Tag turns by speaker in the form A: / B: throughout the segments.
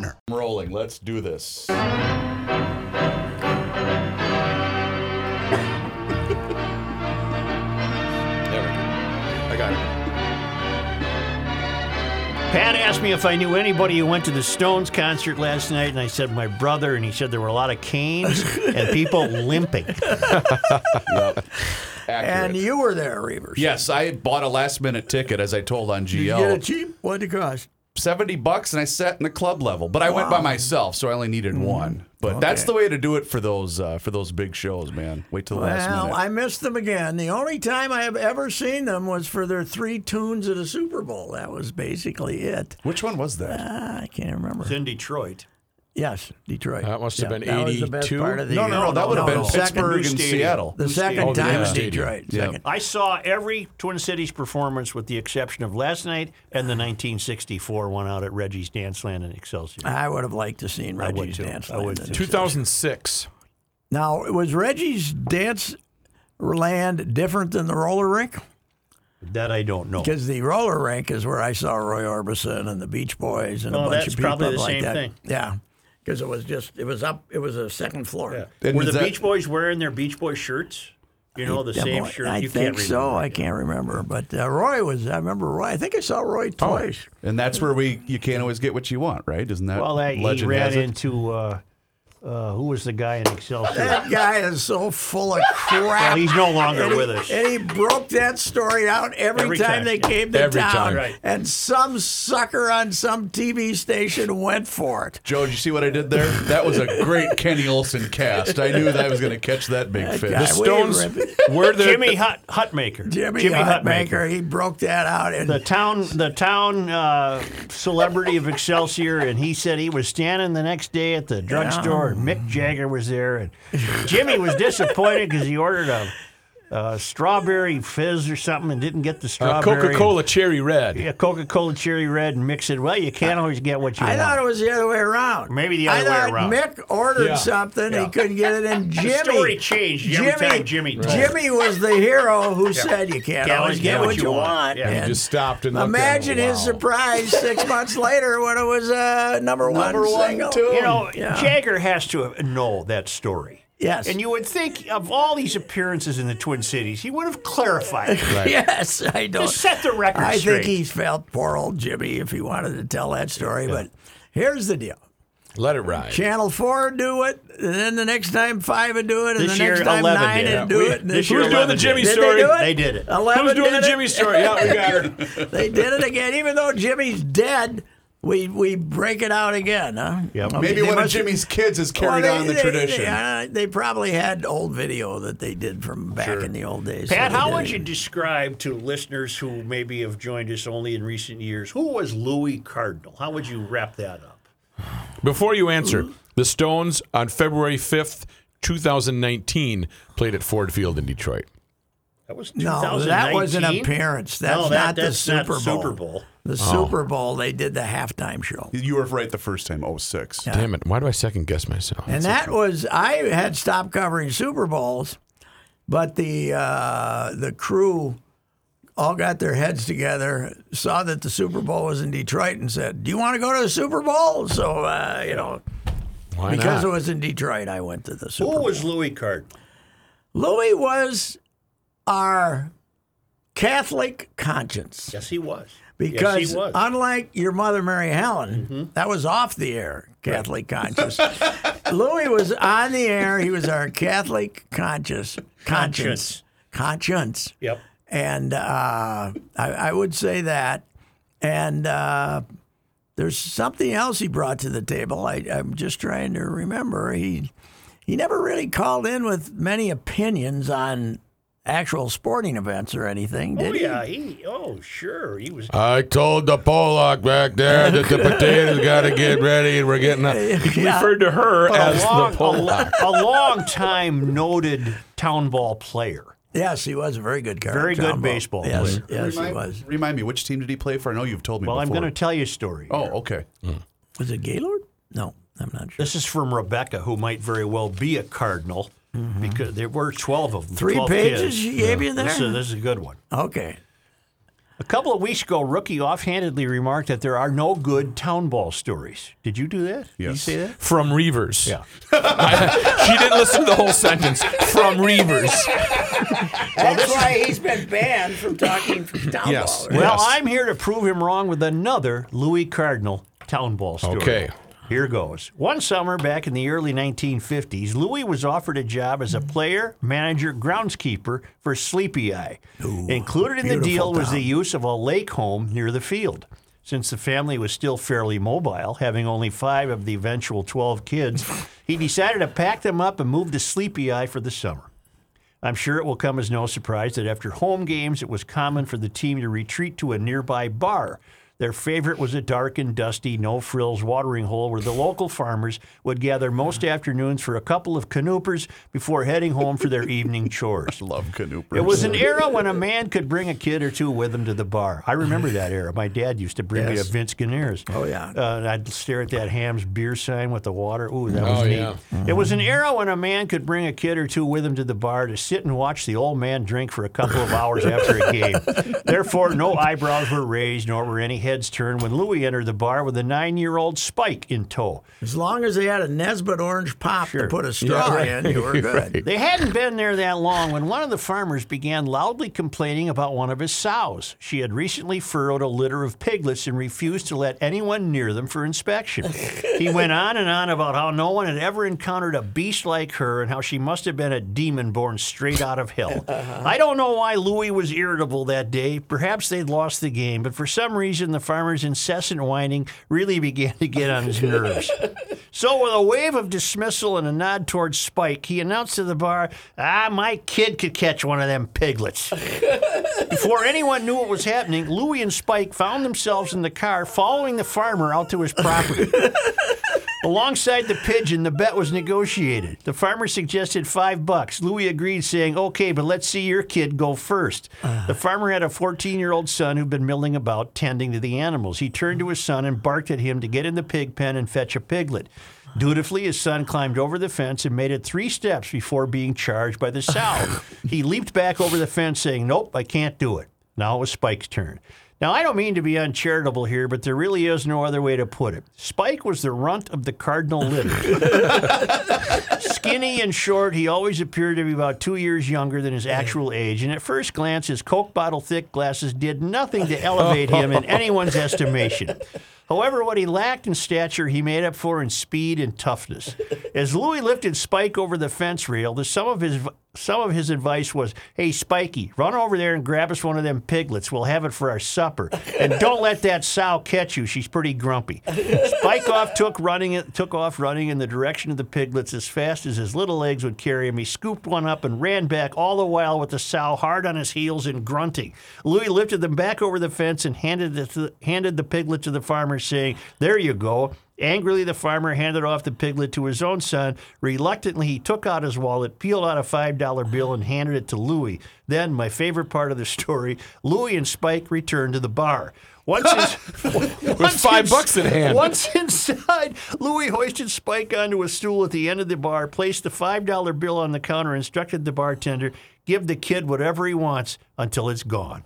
A: I'm rolling. Let's do this. there we go. I got it.
B: Pat asked me if I knew anybody who went to the Stones concert last night, and I said my brother, and he said there were a lot of canes and people limping.
A: Accurate.
C: And you were there, Reavers.
A: yes, I bought a last minute ticket as I told on
C: Did you get it
A: GL.
C: cheap? What'd it cost?
A: 70 bucks and I sat in the club level. But I went by myself, so I only needed
C: Hmm.
A: one. But that's the way to do it for those uh, for those big shows, man. Wait till the last
C: Well,
A: minute.
C: I missed them again. The only time I have ever seen them was for their three tunes at a Super Bowl. That was basically it.
A: Which one was that?
C: Ah, I can't remember.
B: It's in Detroit.
C: Yes, Detroit.
D: That must have been
C: that was the best
D: 82?
C: part of the
A: no, no,
C: year.
A: no, that would have been
C: no.
B: Second new
A: Pittsburgh and
B: stadium.
A: Seattle.
C: The second
D: Oh, the
C: time
D: new
C: was
D: stadium.
C: Detroit.
A: Yeah.
C: Second.
B: I saw every Twin Cities performance with the exception of last night and the 1964 one out at Reggie's Dance Land in Excelsior.
C: I would have liked to seen
B: would
C: Reggie's
B: too.
C: dance.
B: I would
C: Land
B: too.
C: in Detroit.
D: 2006.
C: Now, was Reggie's dance land different than the roller rink?
B: That I don't know.
C: Because the roller rink is where I saw Roy Orbison and the Beach Boys and
B: Oh,
C: a bunch
B: that's
C: of people
B: probably the
C: like
B: same
C: that.
B: thing.
C: Yeah, because it was just it was up. It was a second floor.
A: And
B: Were
A: is
B: the
A: that-
B: Beach Boys wearing their Beach Boy shirts? You know, the
C: Yeah,
B: same
C: boy,
B: shirt.
C: I
B: you
C: think
B: can't remember.
C: so. I can't remember, but uh, Roy was. I remember Roy. I think I saw Roy twice.
A: And that's where we you can't always get what you want, right? Isn't that
B: Well, I, he
A: legend
B: ran
A: has it?
B: into uh, uh, who was the guy in Excelsior?
C: That guy is so full of crap.
B: well, he's no longer
C: and he,
B: with us.
C: and he broke that story out every,
B: Every
C: time,
B: time,
C: they
B: yeah.
C: came to
D: Every
C: town.
D: time.
B: Right.
C: And some sucker on some TV station went for it.
A: Joe, did you see what I did there? That was a great Kenny Olson cast. I knew that I was going to catch that big fish.
C: guy-
D: The
C: I- we
D: Stones
C: rip-
D: were the
B: Jimmy Hut Hutmaker.
C: Jimmy,
B: Hutmaker.
C: Hutmaker, he broke that out. And
B: the town the town uh, celebrity of Excelsior, and he said he was standing the next day at the drugstore, and Mick Jagger was there, and Jimmy was disappointed because he ordered a, a strawberry fizz or something and didn't get the
D: uh,
B: strawberry.
D: Coca Cola Cherry Red.
B: Yeah, Coca Cola Cherry Red, and Mick said, "Well, you can't always get what you
C: I
B: want."
C: thought it was the other way around.
B: Maybe the
C: I
B: other way
C: thought
B: around.
C: Mick ordered
D: Yeah.
C: something, he couldn't get it, and Jimmy.
B: story changed every time Jimmy told it.
C: Jimmy was the hero who said, "You can't always get what you want."
B: Yeah. He
D: He
C: And
D: just stopped and looked at him,
C: imagine his
D: wow.
C: surprise six months later when it was uh, number one.
A: Number one,
C: single.
A: too.
B: you know,
C: Yeah.
B: Jagger has to know that story.
C: Yes.
B: And you would think of all these appearances in the Twin Cities, he would have clarified. it.
C: Yes, I don't.
B: Just set the record
C: I
B: straight.
C: think he felt poor old Jimmy if he wanted to tell that story. But here's the deal:
D: Let it ride.
C: Channel Four do it, and then the next time Five would do it, and
B: This
C: the
B: year,
C: next time
B: 11
C: Nine
B: did.
C: would do
D: We-
C: it. and
B: this
C: then-
B: year,
D: Who's doing the
B: 11
D: Jimmy
C: did
D: story?
C: They, do it?
B: They did it.
C: Eleven
D: Who's doing
C: did
D: the
C: it.
D: Jimmy story? Yeah, we got her.
C: They did it again. Even though Jimmy's dead, we we break it out again, huh?
B: Yep.
C: Okay,
A: Maybe
C: they
A: one of
C: must-
A: Jimmy's kids has carried
C: Well,
A: on
C: they-
A: the
C: they-
A: tradition.
C: They, uh, they probably had old video that they did from back in the old days.
B: Pat,
C: so they
B: how
C: did
B: would
C: it.
B: you describe to listeners who maybe have joined us only in recent years who was Louis Cardinal? How would you wrap that up?
D: Before you answer, the Stones on February 5th, 2019, played at Ford Field in Detroit.
B: That was
C: No, that was an
B: 2019?
C: appearance.
B: No,
C: That's
B: that-
C: not
B: that's
C: the
B: not
C: Super Bowl.
B: Super Bowl. Oh.
C: The Super Bowl, they did the halftime show.
A: you were right the first time, 06.
D: Damn it. Why do I second guess myself?
C: And that was I had stopped covering Super Bowls, but the uh, the crew all got their heads together, saw that the Super Bowl was in Detroit, and said, "Do you want to go to the Super Bowl?" So uh, you know,
D: Why
C: because
D: not?
C: it was in Detroit, I went to the Super
B: Who
C: Bowl.
B: was Louis Cardinal?
C: Louis was our Catholic conscience,
B: Yes, he was.
C: Because
E: was.
C: unlike your mother, Mary Helen, that was off the air, Catholic conscious. Louis was on the air. He was our Catholic conscious, conscience, conscience.
E: Yep.
C: And uh, I, I would say that. And uh, there's something else he brought to the table. I, I'm just trying to remember. He he never really called in with many opinions on actual sporting events or anything, did
E: Oh
C: he?
E: yeah, he. Oh sure, he was.
D: I told the Pollock back there that the potatoes got to get ready, and we're getting. A, he referred to her as
B: a long,
D: the
B: a,
D: Pollock.
B: lo- a long time noted town ball player.
C: Yes, he was a very good guy.
B: Very good
C: Tombo.
B: baseball
C: yes,
B: player.
C: Yes, he
A: Remind-
C: was.
A: Remind me, which team did he play for? I know you've told me.
B: Well, I'm
A: before.
B: going to tell you a story.
A: Oh, okay.
C: Was it Gaylord? No, I'm not sure.
B: This is from Rebecca, who might very well be a cardinal, because there were 12 of them.
C: Three
B: 12
C: pages
B: kids.
C: she gave you
B: This
C: there?
B: is, this is a good one.
C: Okay.
B: A couple of weeks ago, Rookie offhandedly remarked that there are no good town ball stories. Did you do that? Did you
A: Yes.
B: say that?
D: From Reavers.
B: Yeah.
D: I- she didn't listen to the whole sentence. From Reavers.
C: That's why he's been banned from talking down
D: Yes.
C: ball.
D: Well,
B: Well,
D: Yes.
B: I'm here to prove him wrong with another Louis Cardinal town ball story.
D: Okay.
B: Here goes. One summer back in the early 1950s, Louis was offered a job as a player, manager, groundskeeper for Sleepy Eye. Included in the deal was the use of a lake home near the field. Since the family was still fairly mobile, having only five of the eventual 12 kids, he decided to pack them up and move to Sleepy Eye for the summer. I'm sure it will come as no surprise that after home games, it was common for the team to retreat to a nearby bar. Their favorite was a dark and dusty, no frills watering hole where the local farmers would gather most afternoons for a couple of canoopers before heading home for their evening chores.
A: Love Canoopers.
B: It was an era when a man could bring a kid or two with him to the bar. I remember that era. My dad used to bring me
C: Yes.
B: to Vince Guinea's.
C: Oh, yeah.
B: Uh, and I'd stare at that Ham's beer sign with the water. Ooh, that was
D: Oh,
B: neat.
D: yeah.
B: It was an era when a man could bring a kid or two with him to the bar to sit and watch the old man drink for a couple of hours after a game. Therefore, no eyebrows were raised, nor were any heads turned when Louis entered the bar with a nine-year-old Spike in tow.
C: As long as they had a Nesbitt orange pop to
B: Sure.
C: put a straw in, you were good.
B: They hadn't been there that long when one of the farmers began loudly complaining about one of his sows. She had recently furrowed a litter of piglets and refused to let anyone near them for inspection. he went on and on about how no one had ever encountered a beast like her and how she must have been a demon born straight out of hell. I don't know why Louis was irritable that day. Perhaps they'd lost the game, but for some reason the farmer's incessant whining really began to get on his nerves. So, with a wave of dismissal and a nod towards Spike, he announced to the bar, Ah, my kid could catch one of them piglets. Before anyone knew what was happening, Louie and Spike found themselves in the car following the farmer out to his property. Alongside the pigeon, the bet was negotiated. The farmer suggested five bucks. Louis agreed, saying, Okay, but let's see your kid go first. The farmer had a 14 year old son who'd been milling about tending to the animals. He turned to his son and barked at him to get in the pig pen and fetch a piglet. Dutifully, his son climbed over the fence and made it three steps before being charged by the sow. he leaped back over the fence, saying, Nope, I can't do it. Now it was Spike's turn. Now, I don't mean to be uncharitable here, but there really is no other way to put it. Spike was the runt of the cardinal litter. Skinny and short, he always appeared to be about two years younger than his actual age, and at first glance, his Coke bottle thick glasses did nothing to elevate him in anyone's estimation. However, what he lacked in stature, he made up for in speed and toughness. As Louis lifted Spike over the fence rail, the some of his some of his advice was, "Hey, Spiky, run over there and grab us one of them piglets. We'll have it for our supper, and don't let that sow catch you. She's pretty grumpy." Spike off took running took off running in the direction of the piglets as fast as his little legs would carry him. He scooped one up and ran back, all the while with the sow hard on his heels and grunting. Louis lifted them back over the fence and handed the handed the piglet to the farmer, saying, "There you go." Angrily, the farmer handed off the piglet to his own son. Reluctantly, he took out his wallet, peeled out a $5 bill, and handed it to Louie. Then, my favorite part of the story, Louie and Spike returned to the bar. Once his, once
D: five bucks in hand.
B: Once inside, Louie hoisted Spike onto a stool at the end of the bar, placed the $5 bill on the counter, instructed the bartender, give the kid whatever he wants until it's gone.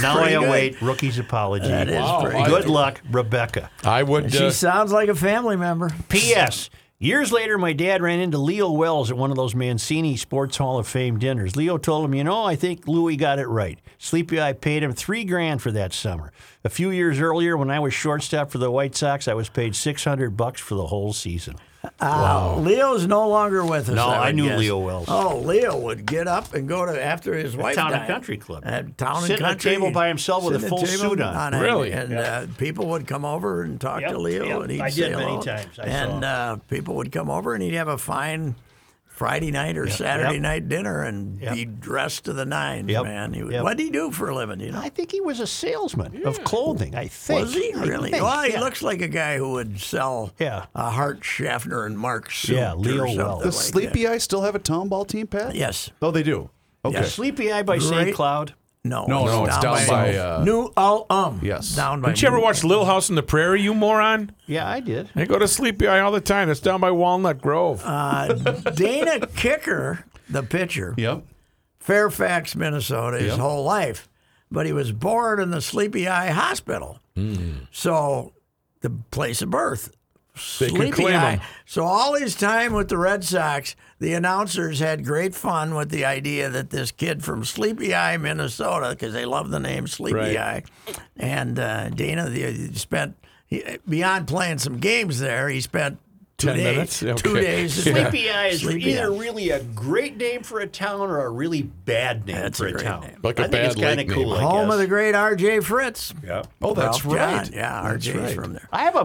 B: now I await rookie's apology. That is
D: pretty
B: Good
D: good.
B: luck, Rebecca.
D: I would.
C: She
D: Uh,
C: sounds like a family member.
B: P.S. Years later, my dad ran into Leo Wells at one of those Mancini Sports Hall of Fame dinners. Leo told him, You know, I think Louis got it right. Sleepy Eye paid him three grand for that summer. A few years earlier, when I was shortstop for the White Sox, I was paid 600 bucks for the whole season.
C: Wow. Uh, Leo's no longer with us.
B: No, I
C: would
B: knew
C: guess.
B: Leo Wells.
C: Oh, Leo would get up and go to after his wife.
B: Town and
C: died,
B: Country Club.
C: At town and
B: Sitting at a
C: country,
B: table by himself with a
C: sitting at
B: full
C: table
B: suit on.
C: a-
D: Really?
C: And uh, people would come over and talk
E: Yep,
C: to Leo,
E: yep.
C: and he'd
E: I
C: say
E: did many
C: hello.
E: times. I saw
C: and
E: him.
C: uh, people would come over, and he'd have a fine Friday night or Saturday
B: yep.
C: night dinner, and be dressed to the nines,
B: Yep,
C: man. He would,
B: yep.
C: What did he do for a living? You know.
B: I think he was a salesman of clothing, I think.
C: Was he
B: I
C: really?
B: think,
C: well, he
B: yeah.
C: looks like a guy who would sell
B: Yeah.
C: a Hart Schaffner and Mark suit.
B: Yeah, Leo
C: or something
B: Wells.
C: Like
A: Does Sleepy Eye still have a tomball team, Pat?
C: That. Yes.
A: Oh, they do. Okay.
B: Is Sleepy Eye by St.
C: Great.
B: Cloud.
C: No,
A: No, no, it's down by, uh,
C: New Al Um.
A: Yes.
C: down by.
D: Didn't you ever
C: New-
D: watch Little House on the Prairie, you moron?
B: Yeah, I did.
D: I go to Sleepy Eye all the time. It's down by Walnut Grove.
C: Uh, Dana Kicker, the pitcher,
A: Yep.
C: Fairfax, Minnesota, his whole life, but he was born in the Sleepy Eye Hospital,
D: Hmm.
C: so the place of birth.
D: They could claim him.
C: So all his time with the Red Sox, the announcers had great fun with the idea that this kid from Sleepy Eye, Minnesota, because they love the name Sleepy
D: Right.
C: Eye, and uh, Dana the, spent he, beyond playing some games there. He spent two
D: Ten
C: days,
D: minutes?
C: two
D: Okay.
C: days.
B: Sleepy Eye is
C: Sleepy
B: either
C: Eye.
B: really a great name for a town or a really bad name
C: That's
B: for
C: a
B: a,
C: great
B: town.
C: name.
D: Like
B: I
D: a
B: think
D: bad
B: it's kinda
D: lake name.
B: cool. I
C: Home of
B: guess.
C: the great R.J. Fritz.
E: Yeah.
A: Oh, that's
C: Ralph
A: right.
C: John. Yeah, R.J.'s from there.
B: I have a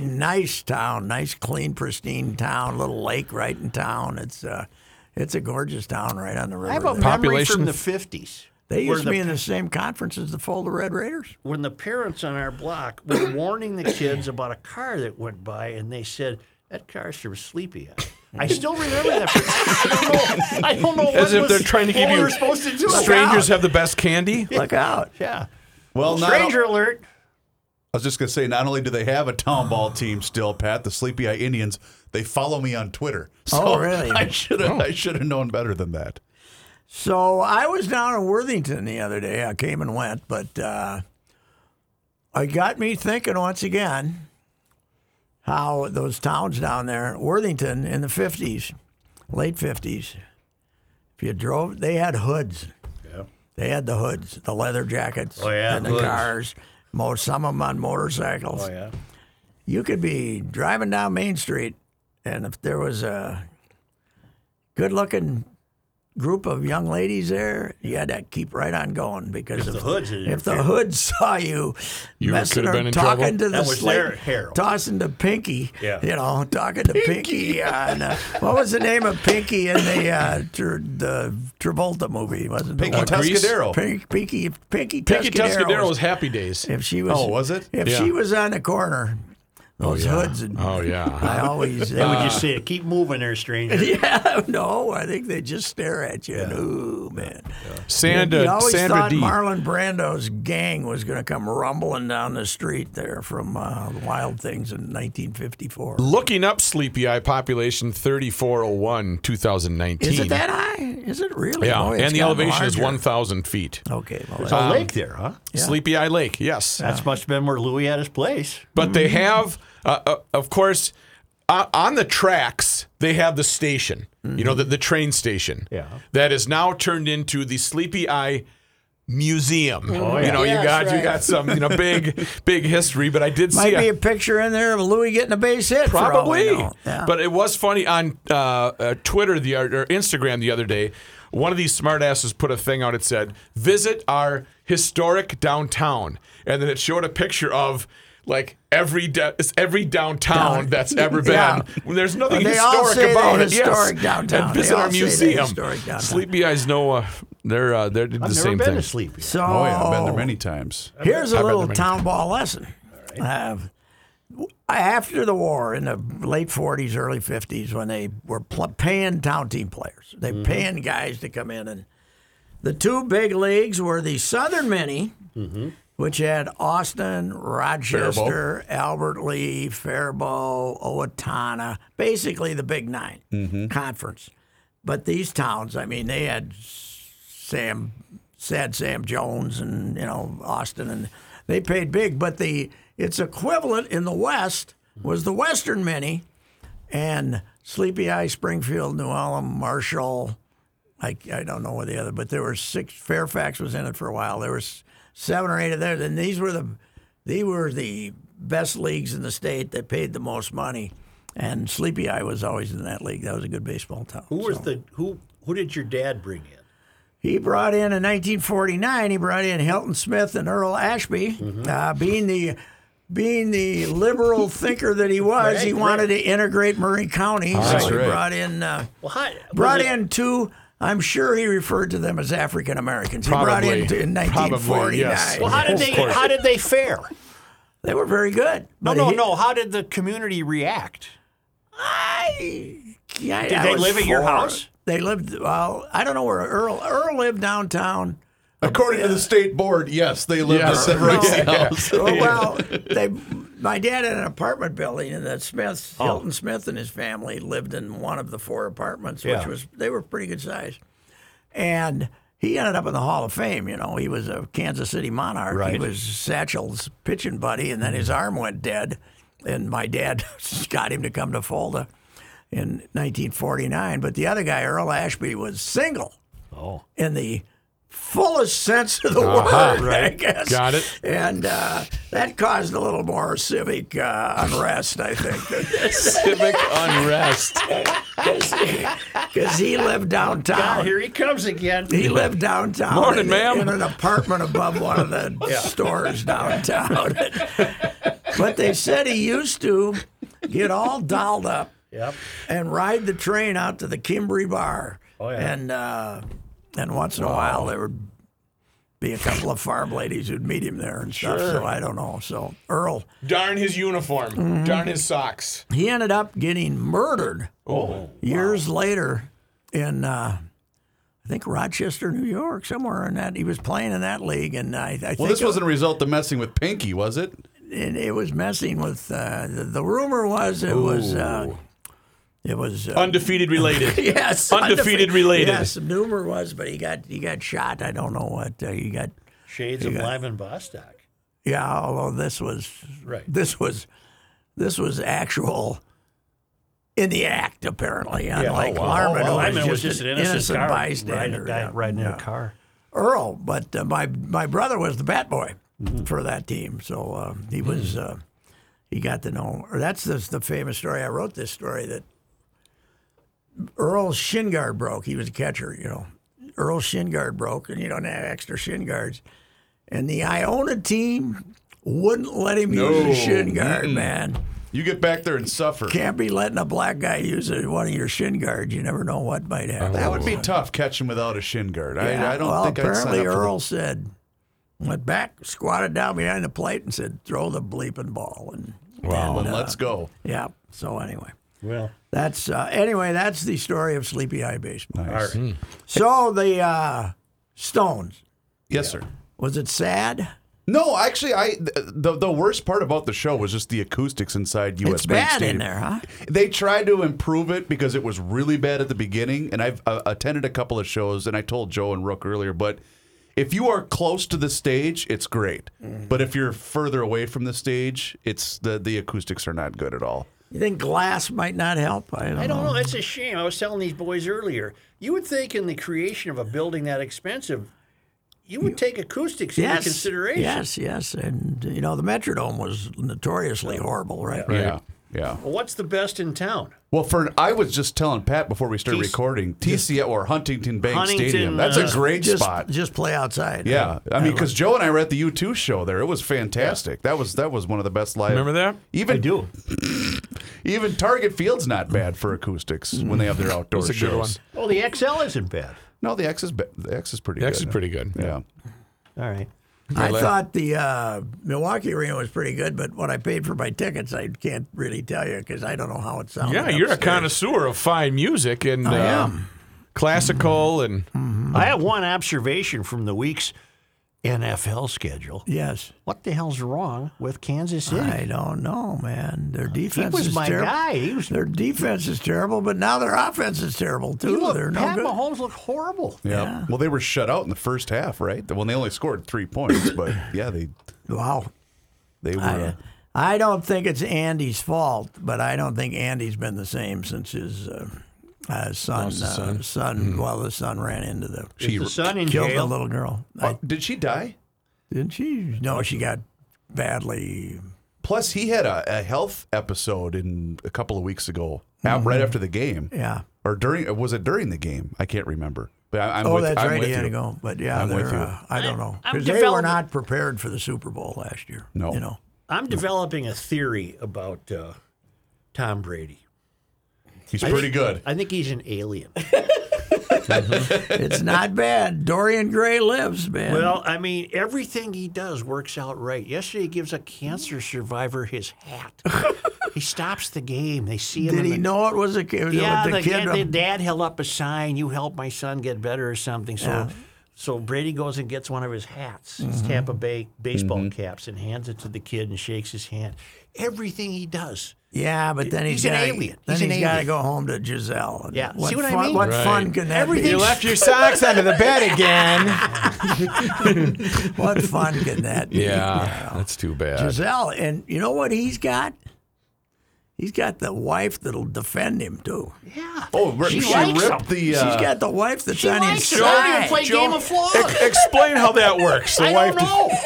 C: Very nice town, nice, clean, pristine town. Little lake right in town. It's uh, it's a gorgeous town right on the river.
B: I have a
C: there.
B: memory
D: Population-
B: from the fifties.
C: they used to
B: the-
C: be in the same conference as the Folder Red Raiders.
B: when the parents on our block were warning the kids about a car that went by, and they said that car's from Sleepy Eye. I still remember that. I don't know. I don't know.
D: As
B: what
D: if
B: was-
D: they're trying to
B: what
D: give
B: we
D: you
B: were supposed to do.
D: Strangers have the best candy.
C: Look out!
B: Yeah.
A: Well, not,
B: Stranger alert.
A: I was just gonna say, not only do they have a tomball team still, Pat, the Sleepy Eye Indians, they follow me on Twitter. So
C: Oh, really?
A: I should have, I should have known better than that.
C: So I was down in Worthington the other day. I came and went, but uh, it got me thinking once again how those towns down there, Worthington in the 50s, late 50s, if you drove, they had hoods. They had the hoods, the leather jackets,
E: Oh, yeah,
C: and the
E: hoods.
C: cars. Most some of them on motorcycles.
E: Oh yeah.
C: You could be driving down Main Street, and if there was a good-looking group of young ladies there, you had to keep right on going because if
E: the hoods didn't
C: if the
E: interfere.
C: hood saw you,
D: You
C: messing
D: could've
C: or
D: been in
C: talking
D: trouble.
C: to the
E: That was
C: slate-
E: their Harold.
C: tossing to Pinky,
E: Yeah.
C: you know, talking to Pinky on uh, what was the name of Pinky in the uh, Tra- the Travolta movie? Wasn't
A: Pinky
C: it? Uh,
D: Grease?
A: Tuscadero.
C: Pink, Pinky Pinky
D: Pinky
C: Tuscadero
D: Tuscadero was Happy Days.
C: if she was,
A: Oh, was it?
C: If
D: Yeah.
C: she was on the corner, those hoods. And,
D: Oh,
C: I
D: yeah.
C: always. uh,
E: They
D: Uh,
E: would just say, "Keep moving, there, stranger."
C: yeah, no, I think they just stare at you. and, Ooh, man!
D: Sandra,
C: you always
D: uh, Sandra
C: thought
D: D.
C: Marlon Brando's gang was going to come rumbling down the street there from uh, Wild Things in 1954.
D: Looking up Sleepy Eye population 3401 2019.
C: Is it that high? Is it really?
D: Yeah,
C: Boy, it's
D: and the
C: gotten
D: elevation is
C: larger.
D: 1,000 feet.
C: Okay, well, that's-
B: A
D: Um,
B: lake there, huh?
D: Sleepy Eye Lake, yes.
B: That's must have been where Louis had his place.
D: But they have, uh, uh, of course, uh, on the tracks, they have the station, you know, the, the train station.
B: Yeah.
D: That is now turned into the Sleepy Eye Museum. You know, you got you got some, you know, big big history, but I did see
C: might
D: a-
C: be a picture in there of Louis getting a base hit. for all we
D: Probably.
C: know. Yeah.
D: But it was funny on uh, uh, Twitter the or Instagram the other day. One of these smartasses put a thing out. It said, "Visit our historic downtown," and then it showed a picture of. Like every da- it's every downtown
C: Down-
D: that's ever been.
C: Yeah.
D: There's nothing
C: They all
D: historic
C: say the
D: about it.
C: historic
D: yes.
C: downtown.
D: And
C: They
D: visit
C: all
D: our
C: say the
D: museum.
C: historic downtown.
D: Sleepy eyes know uh, they're uh, they did the
B: I've never
D: same
B: been
D: thing.
B: to Sleepy.
C: so
A: Oh yeah, I've been there many times.
C: Here's a
D: I've read
C: little
D: them in-
C: town ball lesson. Uh, w- after the war, in the late 40s, early 50s, when they were pl- paying town team players, they paying guys to come in, and the two big leagues were the Southern Mini, which had Austin, Rochester, Albert Lee, Faribault, Owatonna, basically the Big 9 conference. But these towns, I mean, they had Sam, Sad Sam Jones, and you know Austin, and they paid big. But the its equivalent in the West was the Western Mini, and Sleepy Eye, Springfield, New Alum, Marshall. I, I don't know what the other, but there were six. Fairfax was in it for a while. There was seven or eight of theirs, and these were the they were the best leagues in the state that paid the most money. And Sleepy Eye was always in that league. That was a good baseball town.
E: Who was
C: so.
E: the who? Who did your dad bring in?
C: He brought in in 1949. He brought in Hilton Smith and Earl Ashby,
E: Mm-hmm.
C: uh, being the being the liberal thinker that he was. he
E: Right,
C: wanted to integrate Murray County, so he
A: right.
C: brought in uh,
E: Well, hi,
C: brought
E: was it-
C: in two. I'm sure he referred to them as African Americans. He brought in
D: Probably.
C: two in 1949.
D: Probably, yes.
E: Well, how did
D: Of
E: they?
D: course.
E: How did they fare?
C: They were very good.
B: No,
C: but
B: no,
C: he-
B: no. How did the community react?
C: I, I,
B: Did
C: I
B: they
C: was
B: live at your
C: four.
B: house?
C: They lived. Well, I don't know where Earl Earl lived downtown.
A: According to the state board, yes, they live
D: Yeah.
A: at Sid Ricey House.
C: Oh, well, they, my dad had an apartment building, and the Smiths, Hilton Smith and his family lived in one of the four apartments, which
B: Yeah.
C: was they were pretty good size. And he ended up in the Hall of Fame. You know, he was a Kansas City Monarch. He
A: Right.
C: was Satchel's pitching buddy, and then his arm went dead, and my dad got him to come to Folda in 1949. But the other guy, Earl Ashby, was single. Oh. In the fullest sense of the word, I guess.
D: Got it.
C: And uh, that caused a little more civic uh, unrest, I think,
D: Civic unrest.
C: because he lived
E: Ah,
C: downtown.
E: here he comes again.
C: He lived downtown.
D: Morning,
C: in,
D: ma'am.
C: In an apartment above one of the stores downtown. but they said he used to get all dolled up
E: Yep.
C: and ride the train out to the Kimberly Bar.
E: Oh, yeah.
C: And uh, and once in a while there would be a couple of farm ladies who'd meet him there and stuff. So I don't know. So Earl,
D: Darn his uniform. Darn his socks.
C: he ended up getting murdered
B: Oh.
C: years later in uh, I think Rochester, New York, somewhere in that. He was playing in that league, and I, I think
A: Well, this
C: it-
A: wasn't a result of messing with Pinky, was it?
C: it, it was messing with uh, the, the rumor was it was uh, it was.
D: Oh,
C: Uh,
D: Undefeated related.
C: Yes,
D: Undefeated related.
C: Yes, the rumor was, but he got he got shot. I don't know what uh, he got.
E: Shades of Live in Bostock.
C: Yeah, although this was
E: Right.
C: this was this was actual in the act apparently, unlike
E: wow.
C: Larman,
E: Oh, wow.
C: who
E: Larman was just an innocent car
C: bystander.
B: Guy
C: yeah.
B: riding in a car.
C: Earl, but uh, my my brother was the bat boy for that team, so uh, he was uh, he got to know. Or that's the, the famous story. I wrote this story that Earl's shin guard broke. He was a catcher, you know. Earl's shin guard broke, and you don't have extra shin guards. And the Iona team wouldn't let him use
A: No.
C: his shin guard, man.
A: You get back there and suffer.
C: Can't be letting a black guy use a, one of your shin guards. You never know what might happen.
F: Oh.
A: That would be tough catching without a shin guard.
C: Yeah,
A: I, I don't
C: well,
A: think I'd sign
C: apparently
A: up for
C: Earl said went back, squatted down behind the plate, and said, "Throw the bleeping ball." And
A: that
C: and,
A: one.
C: uh,
A: Let's go.
C: yeah. So anyway,
E: Well,
C: that's uh, anyway that's the story of Sleepy Eye Baseball.
A: Hmm.
C: So the uh, Stones
A: Yes, sir.
C: was it sad?
A: No, actually, I th- the the worst part about the show was just the acoustics inside U.S.
C: It's
A: Bank
C: bad in
A: Stadium.
C: there, huh?
A: They tried to improve it because it was really bad at the beginning, and I've uh, attended a couple of shows, and I told Joe and Rook earlier, but if you are close to the stage, it's great,
C: Mm-hmm.
A: but if you're further away from the stage, it's the the acoustics are not good at all.
C: You think glass might not help? I don't,
E: I
C: know.
E: don't know. It's a shame. I was telling these boys earlier. You would think in the creation of a building that expensive, you would take acoustics into
C: Yes,
E: consideration.
C: yes, yes, and you know the Metrodome was notoriously horrible, right?
A: Yeah, yeah.
E: Well, what's the best in town?
A: Well, for I was just telling Pat before we started recording, TC or Huntington Bank
B: Huntington,
A: Stadium. That's a
B: uh,
A: great
C: Just
A: spot.
C: just play outside.
A: Yeah, I mean, because Joe and I were at the U two show there. It was fantastic. That was that was one of the best live.
D: Remember that?
A: Even do. even Target Field's not bad for acoustics when they have their outdoor
D: That's a good
A: shows.
E: Well, Oh, the XL isn't bad.
A: No, the X is be- the X is pretty.
D: The
A: good.
D: X is pretty good.
A: Yeah.
B: All right.
C: I
D: Really?
C: thought the uh, Milwaukee arena was pretty good, but what I paid for my tickets, I can't really tell you because I don't know how it sounded.
D: Yeah, you're a
C: upstairs.
D: connoisseur of fine music and uh, classical and
E: Hmm.
B: I have one observation from the week's NFL schedule.
C: Yes,
B: What the hell's wrong with Kansas City?
C: I don't know, man. Their defense
B: was
C: is
B: my
C: terrible.
B: guy. He was-
C: Their defense is terrible, but now their offense is terrible too.
B: Look,
C: They're no
B: Pat
C: good.
B: Mahomes looked horrible.
A: yeah, Well, they were shut out in the first half, right? When they only scored three points, but yeah, they
C: Wow.
A: they were.
C: I,
A: uh,
C: I don't think it's Andy's fault, but I don't think Andy's been the same since his uh, uh, son. Uh, son. Well, the son ran into the
A: She
E: The son in
C: killed
E: jail.
C: the little girl. I,
A: Oh, did she die?
C: didn't she? No, she got badly.
A: Plus, he had a, a health episode in a couple of weeks ago, ab-
D: Mm-hmm.
A: right after the game,
C: Yeah.
A: or during was it during the game? I can't remember. But I, I'm
C: Oh,
A: with,
C: that's
A: I'm
C: right.
A: with
C: He had
A: you.
C: to go. But yeah,
A: I'm with
C: they're,
A: you.
C: uh, I don't know
E: I'm
C: because they were
E: developing-
C: not prepared for the Super Bowl last year.
A: No.
C: you know.
E: I'm developing a theory about uh, Tom Brady.
A: He's pretty good.
E: I think he's an alien.
C: It's not bad. Dorian Gray lives, man.
E: Well, I mean, everything he does works out right. Yesterday, he gives a cancer survivor his hat. he stops the game. They see him.
C: did
E: in
C: he
E: the-
C: know it was a kid? was it
E: Yeah,
C: with
E: the,
C: the kid.
E: dad,
A: um,
E: the dad held up a sign. You helped my son get better or something. So, so Brady goes and gets one of his hats, his
A: Mm-hmm.
E: Tampa Bay baseball caps, and hands it to the kid and shakes his hand. Everything he does.
C: yeah, but then
E: He's
C: he's
E: an
C: gotta,
E: alien.
C: Then
E: He's an
C: he's got to
E: alien.
C: go home to Giselle. And
E: Yeah,
C: What
E: see what I
C: fun,
E: mean?
C: What
D: Right.
C: fun can that
E: Everything-
C: be?
G: You left your socks under the bed again.
C: What fun can that be?
D: Yeah, that's too bad.
C: Giselle, and you know what he's got? He's got the wife that'll defend him too.
A: Oh, ri- she,
E: likes him.
A: ripped the. Uh,
C: She's got the wife that's
E: He
C: on his
E: likes it. I don't even
C: side.
E: play Game of Flaws.
D: Ex- explain how that works. The
E: I
D: wife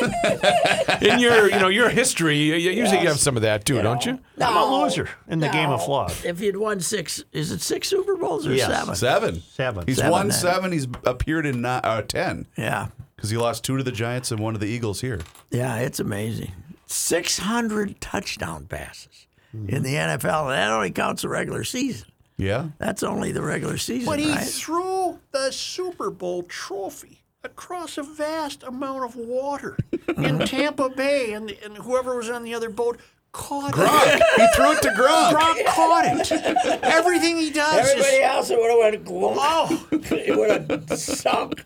E: don't know.
D: in your you know your history, you, you usually have some of that too, don't you?
B: I'm a loser in the game of flaws.
C: If he'd won six, is it six Super Bowls or
B: Yes.
C: seven?
A: Seven.
B: Seven.
A: He's
C: Seven,
A: won
C: then.
A: seven. He's appeared in nine, uh, ten
C: Yeah,
A: because he lost two to the Giants and one to the Eagles here.
C: yeah, it's amazing. Six hundred touchdown passes
B: Hmm.
C: in the NFL. That only counts the regular season.
A: Yeah.
C: That's only the regular season,
E: But he
C: right?
E: threw the Super Bowl trophy across a vast amount of water in Tampa Bay, and, and whoever was on the other boat caught
A: Gronk.
E: it.
A: he threw it to Gronk.
E: Gronk caught it. Everything he does
C: Everybody
E: is.
C: else would have went glum.
E: Oh.
C: it would have sunk.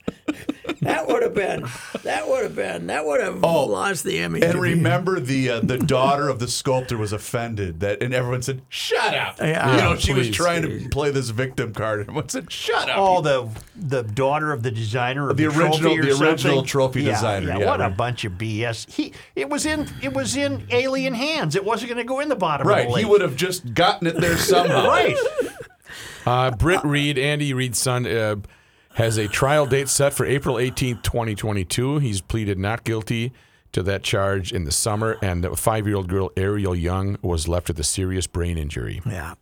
C: That would have been. That would have been. That would have
E: Oh.
C: lost the Emmy.
A: And
C: to me.
A: remember, the uh, the daughter of the sculptor was offended that, and everyone said, "Shut up!"
C: Yeah.
A: you know, she was
D: Please.
A: trying to play this victim card, and everyone said, "Shut up!"
B: Oh, the the daughter of the designer of
A: The
B: the,
A: original-
B: trophy or
A: the original
B: something?
A: trophy
B: Yeah,
A: designer,
B: Yeah,
A: yeah,
B: what a
A: right.
B: bunch of BS. He it was in it was in alien hands. It wasn't going to go in the bottom
A: right,
B: of the lake.
A: he would have just gotten it there somehow.
B: right.
D: Uh, Britt Reed, Andy Reed's son, uh, has a trial date set for April 18th, 2022. He's pleaded not guilty to that charge in the summer, and the five year old girl Ariel Young was left with a serious brain injury.
C: Yeah,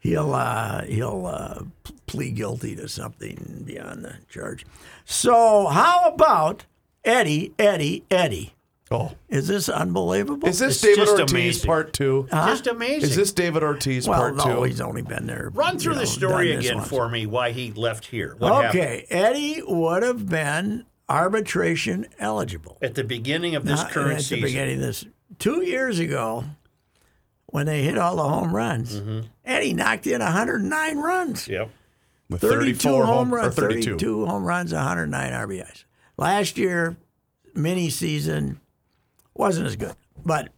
C: he'll uh, he'll uh, p- plead guilty to something beyond the charge. So how about Eddie? Eddie? Eddie?
A: Oh,
C: Is this unbelievable?
A: is this
B: It's
A: David
B: just
A: Ortiz
B: amazing. Uh,
A: part two?
E: Just amazing.
A: Is this David Ortiz
C: well,
A: part
C: no, uh,
A: two?
C: he's only been there.
E: Run
C: you
E: through
C: know,
E: the story
C: done this
E: again
C: once.
E: for me. Why he left here? What happened
C: Okay, Eddie would have been arbitration eligible.
E: at the beginning of this
C: Uh,
E: current
C: at the
E: season?
C: beginning of this two years ago when they hit all the home runs
E: Mm-hmm.
C: eddie knocked in 109 runs
E: Yep.
A: With
C: 32
A: 34
C: home,
A: or
C: runs
A: 32.
C: 32. home runs 109 rbis last year mini season wasn't as good but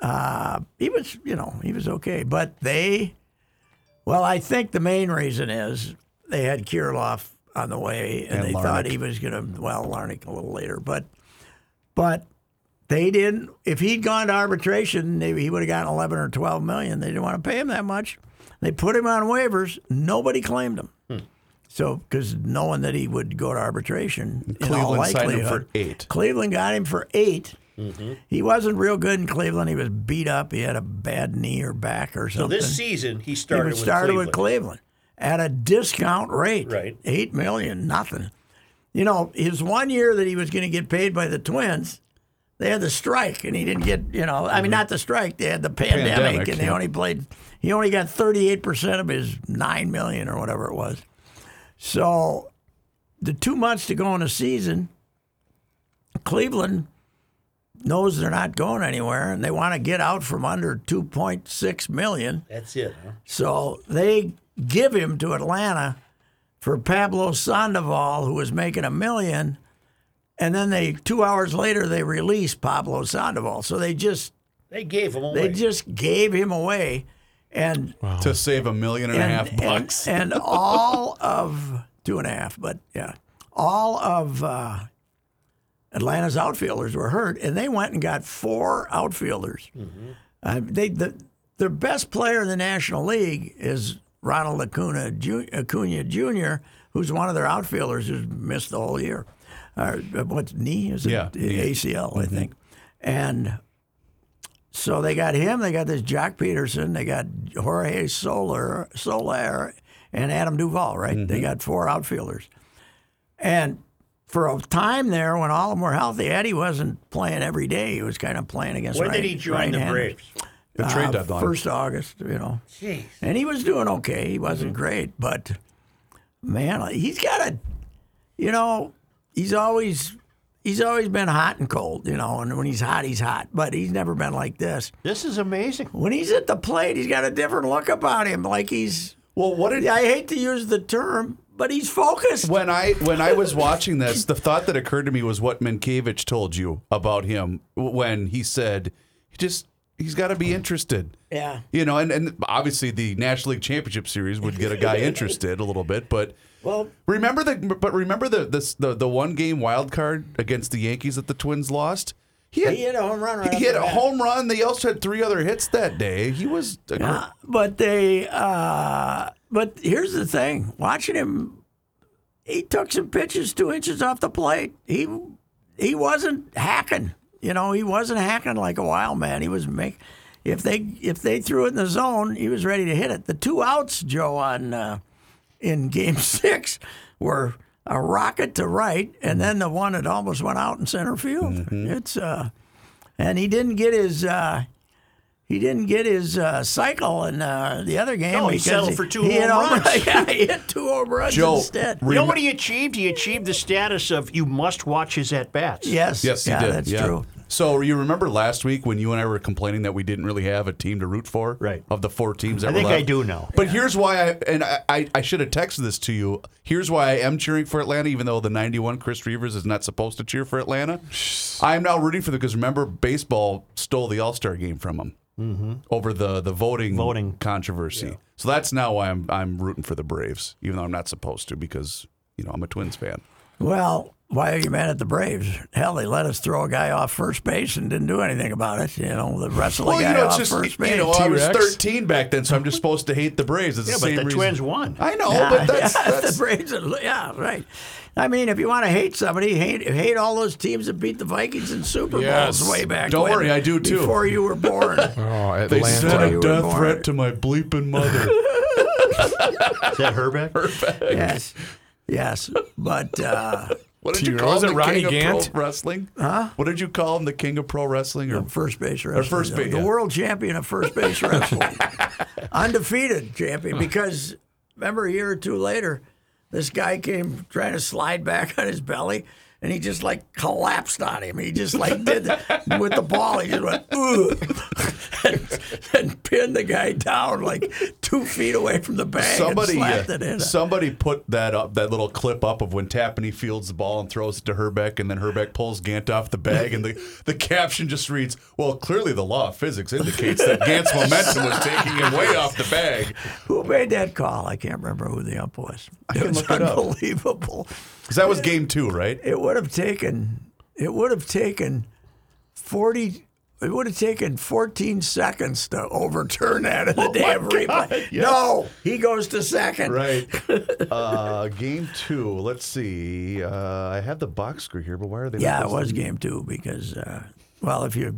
C: uh, he was you know he was okay but they well i think the main reason is they had kirilov on the way and,
A: And
C: they thought
A: Larnick.
C: he was going to well larnick a little later but but they didn't. If he'd gone to arbitration, maybe he would have gotten 11 or 12 million. They didn't want to pay him that much. They put him on waivers. Nobody claimed him.
A: Hmm.
C: So, because knowing that he would go to arbitration, in all
A: Cleveland signed him
C: likelihood,
A: for eight. Mm-hmm.
C: Cleveland got him for 8 He wasn't real good in Cleveland. He was beat up. He had a bad knee or back or
E: So
C: something.
E: this season he
C: He
E: started,
C: was
E: with,
C: started
E: Cleveland.
C: with Cleveland at a discount rate,
E: Right.
C: Eight million, nothing. You know, his one year that he was going to get paid by the Twins, they had the strike, and he didn't get. You know, I mean, not the strike. They had the pandemic,
A: Pandemic,
C: and they
A: yeah.
C: only played. He only got thirty eight percent of his nine million or whatever it was. So, the two months to go in a season, Cleveland knows they're not going anywhere, and they want to get out from under two point six million.
E: That's it. Huh?
C: So they give him to Atlanta for Pablo Sandoval, who was making a million, and then they two hours later they release Pablo Sandoval. So they just
E: They gave him away.
C: they just gave him away, and
A: to save a million and a
C: and,
A: half bucks.
C: and, and all of two and a half, but yeah, all of uh, Atlanta's outfielders were hurt, and they went and got four outfielders. Uh, they the their best player in the National League is Ronald Acuna Ju- Acuna Jr., who's one of their outfielders who's missed the whole year. Or uh, what's knee? Is it
A: Yeah, knee. Mm-hmm.
C: ACL? I think. And so they got him. They got this Jock Peterson. They got Jorge Soler, Soler, and Adam Duvall. Right.
A: Mm-hmm.
C: They got four outfielders. And for a time there, when all of them were healthy, Eddie wasn't playing every day. He was kind of playing against.
E: When
C: right-
E: did he join the
C: right-handers.
E: Braves?
A: The trade deadline.
C: First August, you know.
E: Jeez.
C: And he was doing okay. He wasn't
A: Mm-hmm.
C: great, but man, he's got a, you know, he's always he's always been hot and cold, you know. And when he's hot, he's hot, but he's never been like this.
B: This is amazing.
C: When he's at the plate, he's got a different look about him. Like he's,
A: Well, what did
C: I hate to use the term, but he's focused.
A: when I when I was watching this, the thought that occurred to me was what Minkiewicz told you about him when he said, he just he's got to be interested.
C: Yeah.
A: You know, and, and obviously the National League Championship Series would get a guy interested a little bit, but
C: Well-
A: remember the but remember the this the, the one game wild card against the Yankees that the Twins lost. He had,
C: He hit a home run right
A: he
C: off
A: hit
C: the
A: a
C: bat.
A: home run. They also had three other hits that day. He was a gr-
C: Uh, but they, uh, but here's the thing: watching him, he took some pitches two inches off the plate. He he wasn't hacking. You know, he wasn't hacking like a wild man. He was make if they if they threw it in the zone, he was ready to hit it. The two outs, Joe, on uh, in Game Six were a rocket to right, and then the one that almost went out in center field.
A: Mm-hmm.
C: It's uh, and he didn't get his. Uh, he didn't get his uh, cycle in uh, the other game.
E: No, he
C: because
E: settled for two
C: he hit
E: home
C: home-
E: runs.
C: yeah, he hit two home runs
A: Joe,
C: instead.
A: re-
B: You know what he achieved? He achieved the status of you must watch his at bats.
C: yes,
A: Yes, he
C: yeah,
A: did.
C: that's
A: yeah.
C: true.
A: So you remember last week when you and I were complaining that we didn't really have a team to root for?
B: Right.
A: Of the four teams, that
B: I
A: were
B: think I
A: left.
B: do know.
A: But here's why I and I, I, I should have texted this to you. Here's why I am cheering for Atlanta, even though the '91 Chris Reavers is not supposed to cheer for Atlanta. I am now rooting for them because remember, baseball stole the All Star game from them over the the voting
B: Mm-hmm. Voting.
A: controversy. So that's now why I'm I'm rooting for the Braves, even though I'm not supposed to because you know I'm a Twins fan.
C: Well, why are you mad at the Braves? Hell, they let us throw a guy off first base and didn't do anything about it. You know, the wrestling
A: Well,
C: guy
A: you know, it's
C: off
A: just
C: first base.
A: you know, I was
D: T-Rex.
A: 13 back then, so I'm just supposed to hate the Braves. It's
B: Yeah,
A: the
B: but
A: same
B: the
A: reason.
B: Twins won.
A: I know,
C: Yeah,
A: Oh, but that's,
C: yeah,
A: that's
C: the Braves. are- yeah, right. I mean, if you want to hate somebody, hate hate all those teams that beat the Vikings in Super Bowls
D: Yes.
C: way back.
A: Don't
C: when,
A: worry, I do too.
C: Before you were born.
D: Oh,
A: they
D: Atlanta.
C: Why
A: sent
C: you
A: a
C: were
A: death
C: born.
A: threat to my bleeping mother.
B: Is that Herbeck?
C: yes, yes, but uh,
A: What did you
D: T-Rex.
A: call
D: Was
A: him?
D: it
A: The
D: Ronnie
A: king
D: Gant?
A: of pro wrestling? Huh? What did you call him? The king of pro wrestling? Or
C: first base wrestling.
A: first
C: the,
A: base,
C: the
A: yeah.
C: world champion of first base wrestling, undefeated champion. Because remember, a year or two later, this guy came trying to slide back on his belly. And he just like collapsed on him. He just like did with the ball. He just went Ugh, and, and pinned the guy down like two feet away from the bag.
A: somebody?
C: and slapped
A: uh,
C: it in.
A: somebody put that up, that little clip up of when Tappany fields the ball and throws it to Herbeck, and then Herbeck pulls Gant off the bag, and the the caption just reads, "Well, clearly the law of physics indicates that Gant's momentum was taking him way off the bag."
C: who made that call? I can't remember who the ump was. It
A: can
C: was
A: look it up.
C: unbelievable.
A: Because that was game two, right?
C: it would have taken it would have taken 40 it would have taken 14 seconds to overturn that
B: Oh
C: in the damn replay. No, he goes to second.
A: Right. uh, game two. Let's see. Uh, I have the box score here, but why are they? not
C: Yeah, it
A: listed?
C: was game two because, uh, well, if you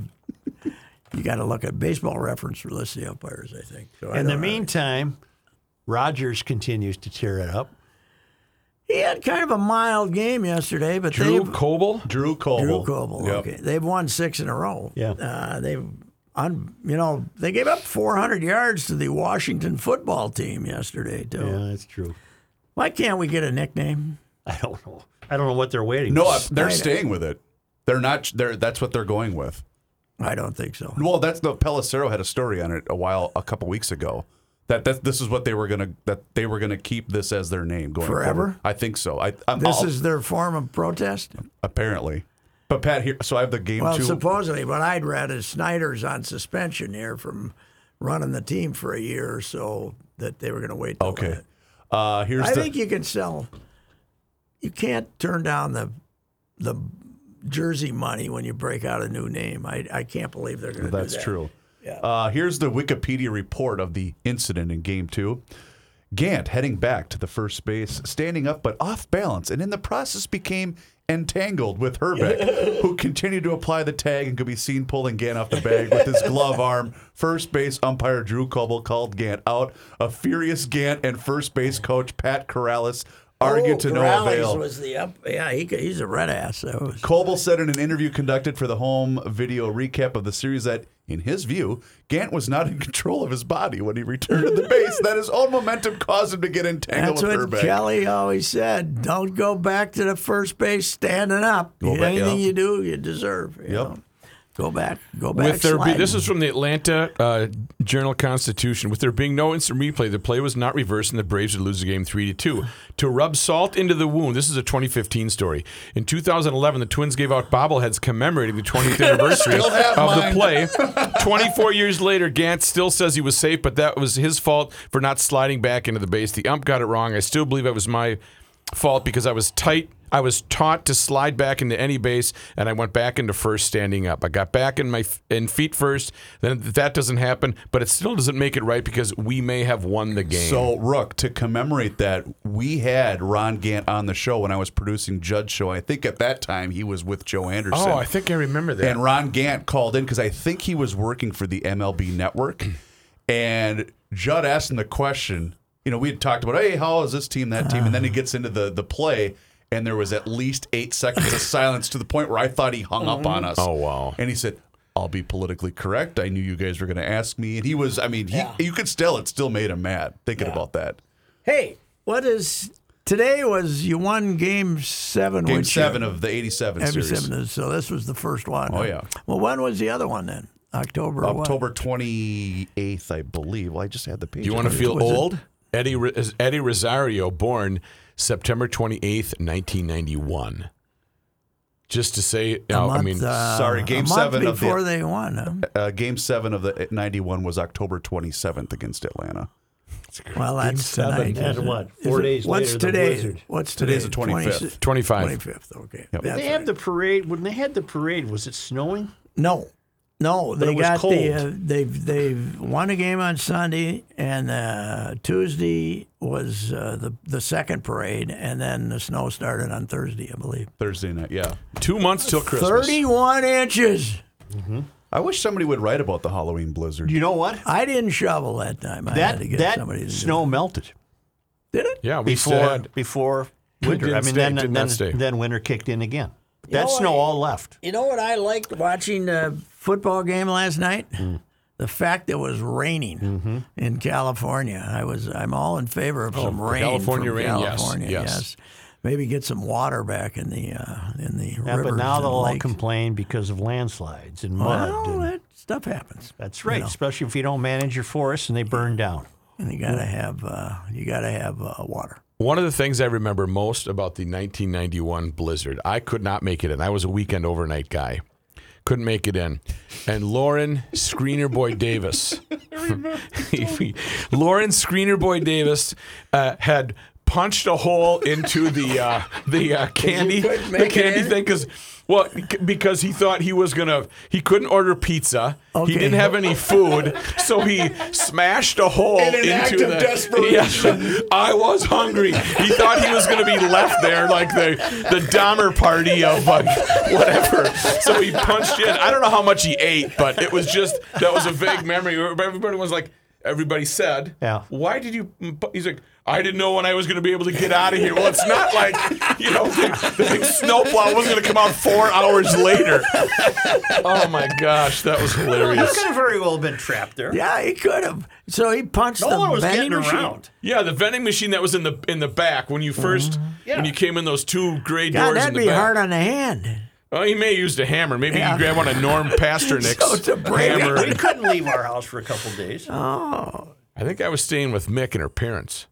C: you got to look at baseball reference for list of the umpires, I think. So I
B: In the
C: don't know.
B: meantime, Rogers continues to tear it up.
C: he had kind of a mild game yesterday, but
D: Drew
C: they
D: Coble.
A: Drew Coble.
C: Drew Coble.
A: Yep.
C: Okay, they've won six in a row.
B: Yeah.
C: uh, they've un, you know they gave up 400 yards to the Washington football team yesterday too.
B: Yeah, that's true.
C: Why can't we get a nickname?
B: I don't know. I don't know what they're waiting.
A: No,
B: for.
A: I-
C: Snyder.
A: they're staying with it. They're not. They're that's what they're going with.
C: I don't think so.
A: Well, that's the Pelissero had a story on it a while, a couple weeks ago. That, that this is what they were gonna that they were gonna keep this as their name going
C: Forever?
A: forward. I think so. I I'm,
C: This
A: I'll-
C: is their form of protest.
A: apparently. But Pat here. So I have the game
C: Well,
A: two.
C: supposedly, what I'd read is Snyder's on suspension here from running the team for a year or so that they were going to wait. Till
A: okay.
C: that.
A: Uh, here's
C: I
A: the
C: think you can sell. You can't turn down the the jersey money when you break out a new name. I, I can't believe they're going to do that.
A: That's true. Uh, here's the Wikipedia report of the incident in Game Two. Gant heading back to the first base, standing up but off balance, and in the process became entangled with Herbeck, who continued to apply the tag and could be seen pulling Gant off the bag with his glove arm. First base umpire Drew Coble called Gant out. A furious Gant and first base coach Pat Corrales argued to no
C: Corrales
A: avail.
C: Oh, was the up. Yeah, he, could- he's a red ass. That was-
A: Coble said in an interview conducted for the home video recap of the series that, in his view, Gant was not in control of his body when he returned to the base. that his own momentum caused him to get entangled
C: That's
A: with
C: what
A: Herbeck.
C: Kelly always said. Don't go back to the first base standing up.
A: Go back,
C: Anything
A: yeah.
C: you do, you deserve. You
A: Yep.
C: know? Go back. Go back.
D: With there be,
C: sliding.
D: this is from the Atlanta uh, Journal Constitution. With there being no instant replay, the play was not reversed, and the Braves would lose the game three to two. To rub salt into the wound, this is a 2015 story. In 2011, the Twins gave out bobbleheads commemorating the 20th anniversary of
A: have
D: the play. 24 years later, Gant still says he was safe, but that was his fault for not sliding back into the base. The ump got it wrong. I still believe it was my fault because I was tight. I was taught to slide back into any base, and I went back into first standing up. I got back in my f- in feet first. Then that doesn't happen, but it still doesn't make it right because we may have won the game.
A: So, Rook, to commemorate that, we had Ron Gant on the show when I was producing Judge Show. I think at that time he was with Joe Anderson.
D: oh, I think I remember that.
A: And Ron Gant called in because I think he was working for the MLB network. And Judd asked him the question. You know, we had talked about, hey, how is this team, that team? And then he
C: Uh.
A: gets into the the play, and there was at least eight seconds of silence to the point where I thought he hung up
C: Mm-hmm.
A: on us.
D: Oh, wow.
A: And he said, I'll be politically correct. I knew you guys were going to ask me. And he was, I mean, he, you could still, it still made him mad thinking about that.
C: Hey, what is today? Was you won game seven?
A: Game
C: which
A: seven of the 87
C: every
A: series.
C: seven. is- So this was the first one.
A: Oh, yeah.
C: Well, when was the other one then? October. what?
A: October 28th, I believe. Well, I just had the page.
D: Do you
A: up
D: want to
A: here.
D: feel old? Eddie Eddie is Eddie Rosario, born September 28th, 1991. Just to say, you know, I
C: Month,
D: mean,
C: uh,
A: sorry, game
C: a month
A: seven of the-
C: before they won. huh?
A: Uh, game seven of the 91 was October 27th against Atlanta.
C: Well, that's tonight.
B: And
C: isn't it?
B: what,
C: Is
B: four
C: it-
B: days
C: What's
B: later, the
C: today?
B: Blizzard.
C: What's today?
A: Today's the 25th.
D: 25.
C: 25th. Okay. That's
B: They have
C: right.
B: the parade. When they had the parade, was it snowing?
C: No, no, they
B: it was
C: got the. Uh,
B: cold.
C: they've they've won a game on Sunday, and uh, Tuesday was uh, the the second parade, and then the snow started on Thursday, I believe.
A: Thursday night, yeah.
D: two months till Christmas.
C: Thirty-one inches.
A: I wish somebody would write about the Halloween blizzard.
B: You know what?
C: I didn't shovel that time. I had
B: That
C: to get somebody
B: that
C: to
B: snow melted
C: Do it. Did it?
D: Yeah, we still
B: before
D: had.
B: before winter. I mean,
D: didn't stay,
B: then
D: did
B: then,
D: not stay.
B: then winter kicked in again. That
C: know,
B: snow
C: I-
B: all left.
C: You know what I liked watching the football game last night?
B: Hmm.
C: The fact it was raining
B: Mm-hmm.
C: in California. I was I'm all in favor
B: Oh,
C: of some rain.
D: California
C: from
D: rain, yes,
C: California,
D: yes.
C: Maybe get some water back in the uh, in the
B: Yeah,
C: rivers
B: but now
C: and
B: they'll all
C: lakes.
B: complain because of landslides and mud.
C: Well,
B: and-
C: that stuff happens.
B: that's right, especially if you don't manage your forests and they burn down.
C: And you gotta have uh, you gotta have uh, water.
D: One of the things I remember most about the 1991 blizzard, I could not make it in. I was a weekend overnight guy. Couldn't make it in. And Lauren Screener Boy Davis. Lauren Screener Boy Davis uh, had punched a hole into the uh, the uh, candy
C: couldn't
D: the
C: make it
D: candy
C: in?
D: thing because well c- because he thought he was gonna he couldn't order pizza
C: Okay.
D: he didn't have any food so he smashed a hole
A: In an
D: into
A: act
D: the,
A: of desperation.
D: Yeah. I was hungry. He thought he was going to be left there like the the Dahmer party of like whatever. So he punched in. I don't know how much he ate, but it was just that was a vague memory. Everybody was like, everybody said,
B: Yeah.
D: Why did you? He's like, I didn't know when I was going to be able to get out of here. Well, it's not like you know the, the big snowplow wasn't going to come out four hours later. Oh my gosh, that was hilarious.
B: have very well been trapped there.
C: Yeah, he could have. So he punched the vending machine.
D: Yeah, the vending machine that was in the in the back when you 1st when you came in those two gray
C: Mm-hmm. God,
D: doors.
C: that'd
D: in the
C: be
D: back.
C: hard on the hand.
D: Oh, he may have used a hammer. Maybe
C: Yeah.
D: you grab one of Norm Pasternik's
C: So to break it,
D: hammer.
B: We couldn't leave our house for a couple days.
D: I think I was staying with Mick and her parents.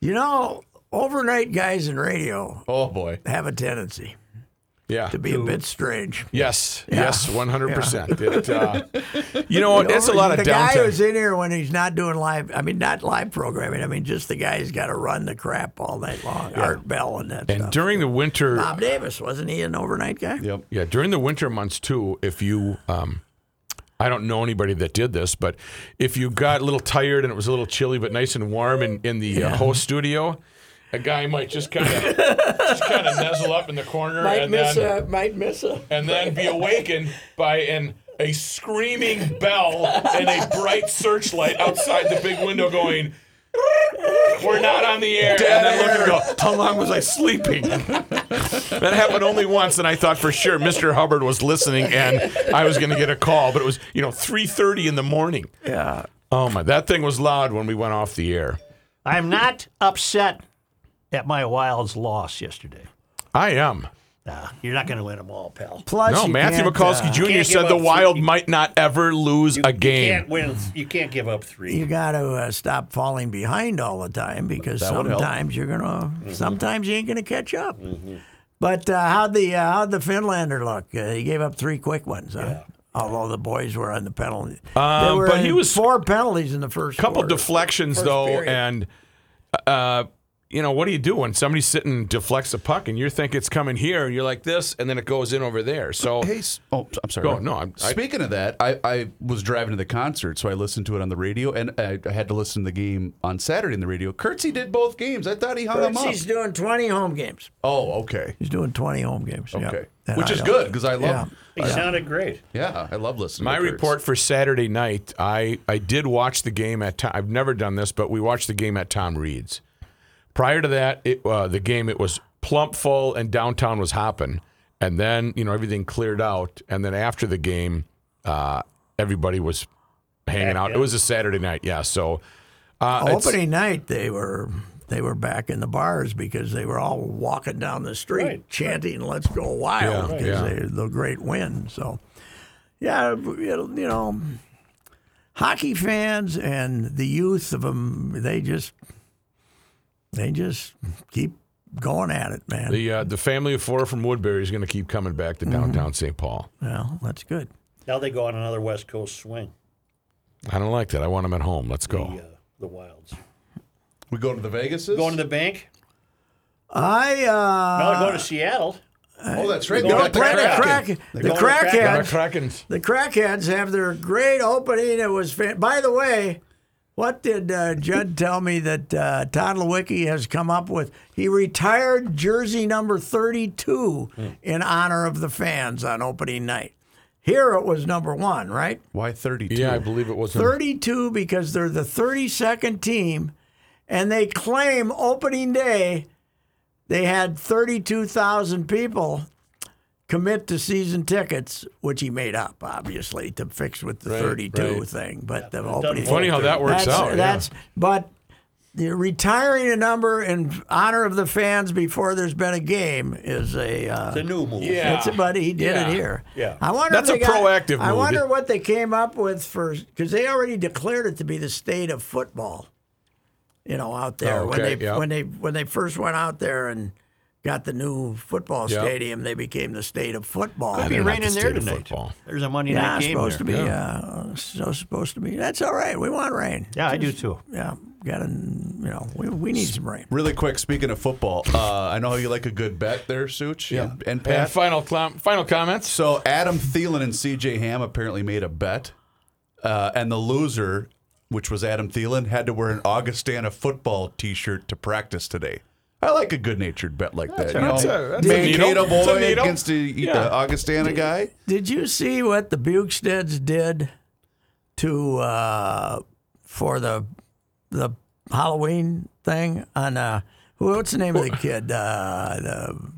C: You know, overnight guys in radio
D: Oh boy.
C: have a tendency.
D: Yeah.
C: to be a bit strange.
D: Yes.
C: Yeah.
D: Yes. One hundred percent. It. Uh, you know what? It's a lot of
C: the guy
D: downtime.
C: who's in here when he's not doing live. I mean, not live programming. I mean, just the guy who's got to run the crap all night long. Art Bell and that
D: and
C: stuff.
D: during the winter,
C: Bob Davis wasn't he an overnight guy?
A: Yep.
D: Yeah, during the winter months too. If you, um, I don't know anybody that did this, but if you got a little tired and it was a little chilly but nice and warm in in the uh, host studio, a guy might just kind of just kind of nuzzle up in the corner
C: Might
D: and
C: miss
D: then
C: a might miss a
D: and then be awakened by an a screaming bell and a bright searchlight outside the big window going. We're not on the air. and then look and go, how long was I sleeping? that happened only once, and I thought for sure Mr. Hubbard was listening, and I was going to get a call. But it was, you know, three thirty in the morning. Yeah. Oh my, that thing was loud when we went off the air.
B: I'm not upset at my Wild's loss yesterday.
D: I am.
B: Nah, you're not going to win them all, pal.
C: Oh,
G: Plus,
D: No,
G: you
D: Matthew
G: can't,
D: McCulsky
G: uh,
D: Jr.
E: give
D: said the
E: up three-
D: Wild might not ever lose a
E: You
D: game.
E: can't win. You can't give up three.
C: you got to uh, stop falling behind all the time because
A: would help. Mm-hmm.
C: sometimes you're gonna, sometimes you ain't gonna catch up. But uh, how the uh, how the Finlander look? Uh, he gave up three quick ones. Huh? Although the boys were on the penalty,
A: Uh,
D: Um,
C: There were
D: but he was-
C: four penalties in the first.
D: couple
C: quarter.
D: deflections
C: First
D: though,
C: period.
D: and uh, you know what do you do when somebody's sitting and deflects a puck and you think it's coming here and you're like this and then it goes in over there. So
A: Hey, s- oh, I'm sorry.
D: Go, no, I'm- I-
A: Speaking of that, I, I was driving to the concert, so I listened to it on the radio, and I, I had to listen to the game on Saturday in the radio. Kurtzy did both games. I thought he hung them up.
C: He's doing twenty home games.
A: Oh, okay,
C: He's doing twenty home games. yeah.
A: okay,
C: And
A: which
C: I
A: is
C: don't-
A: good because I love.
E: He sounded great.
A: Yeah. I love listening.
D: my
A: to Kurtz.
D: report for Saturday night, I I did watch the game at Tom, I've never done this, but we watched the game at Tom Reed's. Prior to that, it uh, the game it was plump full and downtown was hopping, and then you know everything cleared out, and then after the game, uh, everybody was hanging out. It was a Saturday night, yeah. So uh, it's-
C: Opening night, they were they were back in the bars because they were all walking down the street chanting "Let's go wild"
D: Yeah,
C: because
D: yeah.
C: they the great win. So, yeah, it'll, you know, hockey fans and the youth of them, they just they just keep going at it, man.
D: The uh, the family of four from Woodbury is going to keep coming back to downtown St. Paul.
C: well, that's good.
E: Now they go on another West Coast swing.
D: I don't like that. I want them at home. Let's
E: The,
D: go.
E: uh, the Wilds
A: We going to the Vegas.
E: going to the bank.
C: I uh,
E: Now they're going to Seattle.
A: Oh, that's right.
E: We're
A: They
E: going to
A: got the
E: play the
A: Kraken.
C: crack,
E: They're
C: the
E: going to Kraken.
C: crackheads.
D: Krakens.
C: The Crackheads have their great opening. It was fan- by the way. What did uh, Judd tell me that uh, Todd Lewicki has come up with? He retired jersey number 32 in honor of the fans on opening night. Here it was number one, right?
A: Why thirty-two?
D: Yeah, I believe it was. in-
C: 32 because they're the 32nd team, and they claim opening day they had 32,000 people commit to season tickets, which he made up, obviously, to fix with the 32
D: right.
C: thing. But the opening
D: Funny how that works
C: that's,
D: out. yeah.
C: That's but the retiring a number in honor of the fans before there's been a game is a. Uh,
E: The new move.
D: Yeah.
C: it's but he did
D: Yeah.
C: it here.
E: Yeah.
C: I wonder.
D: That's
C: if they
D: a
C: got-
D: proactive
C: I
D: move.
C: wonder what they came up with for because they already declared it to be the state of football. You know, out there
D: Oh,
C: when
D: okay,
C: they
D: yeah.
C: when they when they first went out there and got the new football
D: Yeah.
C: stadium, they became the state of football.
D: They're
E: Be
D: not
E: raining
D: the
E: there
D: state of
E: tonight.
D: football.
E: There's a Monday
C: yeah,
E: night
C: it's
E: game
C: supposed
E: there.
C: to be. Uh, so supposed to be. That's all right. We want rain.
B: Yeah, I do too.
C: Yeah, got to you know we, we need some rain.
A: Really quick. Speaking of football, uh, I know how you like a good bet there, Such. Yeah. And, and
D: And
A: Pat.
D: final clom- final comments.
A: So Adam Thielen and C.J. Ham apparently made a bet, uh, and the loser, which was Adam Thielen, had to wear an Augustana football T-shirt to practice today. I like a good-natured bet like that.
D: That's
A: you know,
D: a- that's a
A: Mankato
D: needle. It's a
A: boy
D: needle.
A: against the
D: Yeah.
A: Augustana guy.
C: Did you see what the Bukesteads did to uh, for the the Halloween thing on uh, who? What's the name of the kid? Uh, the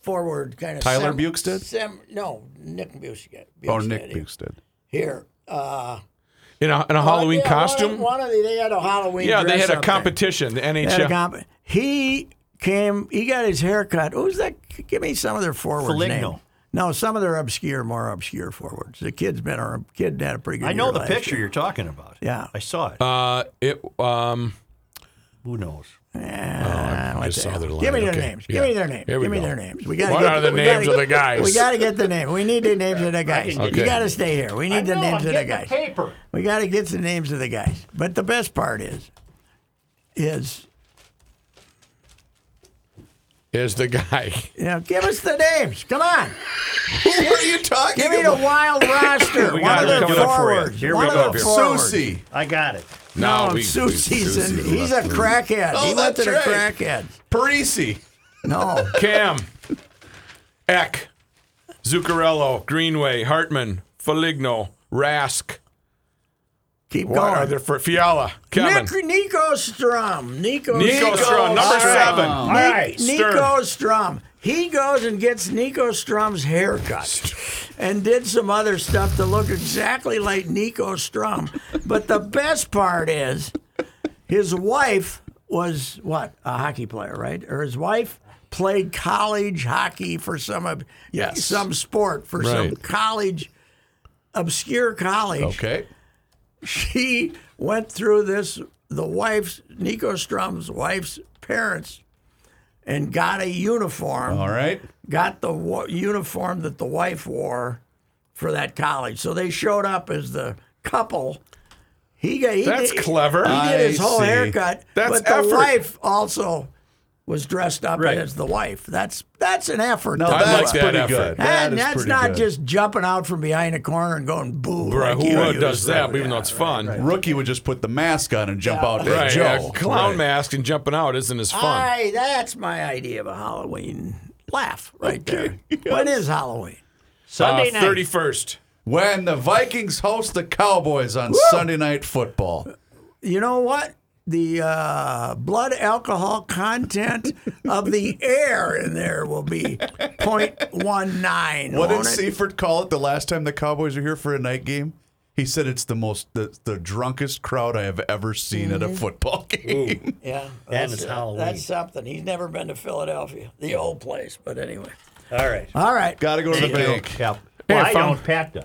C: forward kind of
A: Tyler Bukestead?
C: Sem, no, Nick Bukestead.
A: Oh, Nick
C: here.
A: Bukestead.
C: Here. Uh,
D: In a, in a Halloween
C: yeah, one of-
D: costume.
C: One of, the, they had a Halloween.
D: yeah, they had a
C: dress-up thing.
D: competition. The
C: Had a
D: NHL.
C: comp- he came. He got his hair cut. Who's that? Give me some of their forwards.
B: Foligno.
C: name. No, some of their obscure, more obscure forwards. The kid's been a kid had a pretty good.
B: I
C: year
B: know the
C: last
B: picture
C: year.
B: you're talking about.
C: Yeah. Uh,
B: I saw it.
D: uh, it um,
B: Who knows?
C: Yeah,
D: Oh, I
C: at
D: just
C: the
D: saw their
C: hell.
D: line.
C: Give me their
D: Okay.
C: names.
D: Yeah.
C: Give me their names.
D: Here we
C: Give me
D: go.
C: their names. We gotta
D: What
C: get
D: are the
C: we gotta
D: names of
C: get-
D: the guys?
C: We got to get the name. We need the names of the guys.
D: Okay.
C: You got to stay here. We need the names of the guys.
E: paper.
C: We got to get the names of the guys. But the best part is, is
D: Is the guy?
C: you know, give us the names. Come on,
A: What are you talking
C: give me the wild roster.
B: We
C: One
B: got
C: of
B: it
C: the
B: coming up for you.
C: forwards.
B: Here we
C: One
B: go.
C: of the forwards.
A: Susie.
B: I got it.
C: No,
D: we-
C: Susie's
D: Susie
C: an, he's a
D: left.
C: crackhead.
A: Oh,
C: he went to the
A: that's right.
C: crackhead.
A: Parisi.
C: No,
D: Cam, Eck, Zuccarello, Greenway, Hartman, Feligno, Rask.
C: keep
D: What are
C: going.
D: there for Fiala? Kevin.
C: Nick, Nico Strum. Nico,
D: Nico Strum, number seven.
C: All
D: Nick-
C: right, Nico Strum. He goes and gets Nico Strum's haircut and did some other stuff to look exactly like Nico Strum. But the best part is his wife was what? A hockey player, right? Or his wife played college hockey for some of
D: Yes.
C: some sport for some
D: Right.
C: college obscure college
A: Okay.
C: she went through this the wife's Nico Strum's wife's parents and got a uniform
A: All right.
C: got the wa- uniform that the wife wore for that college so they showed up as the couple he got he
D: That's
C: did,
D: clever.
C: he did his
A: I
C: whole
A: see.
C: haircut
D: That's
C: but the
D: effort.
C: wife also was dressed up
A: Right.
C: as the wife that's that's an effort
A: No,
C: to do
D: I like
A: that's
C: it.
D: that
A: pretty
D: effort.
A: good. That
C: and
A: is
C: that's
A: pretty
C: not
A: good.
C: just jumping out from behind a corner and going boo
D: Bruh,
C: like you
D: who
C: used.
D: does that? Even though it's fun. Right.
A: Rookie would just put the mask on and jump out at Joe.
D: yeah, clown
A: Right.
D: mask and jumping out isn't as fun.
C: I, that's my idea of a Halloween laugh right there. When is Halloween?
B: Sunday night.
D: Thirty first.
A: When the Vikings host the Cowboys on Sunday Night Football.
C: You know what? The uh, blood alcohol content of the air in there will be 0.19.
A: What did
C: won't it?
A: Seifert call it the last time the Cowboys were here for a night game? He said it's the most the, the drunkest crowd I have ever seen at a football game.
C: Yeah,
B: And it's Halloween.
C: That's something. He's never been to Philadelphia, the old place. But anyway,
B: All right.
C: all right.
A: Got to go to the bank.
B: Yep. Well, I
D: found-
B: don't. Pat does.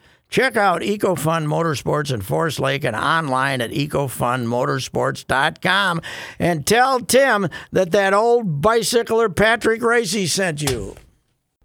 C: Check out EcoFun Motorsports in Forest Lake and online at EcoFunMotorsports.com and tell Tim that that old bicycler Patrick Racy sent you.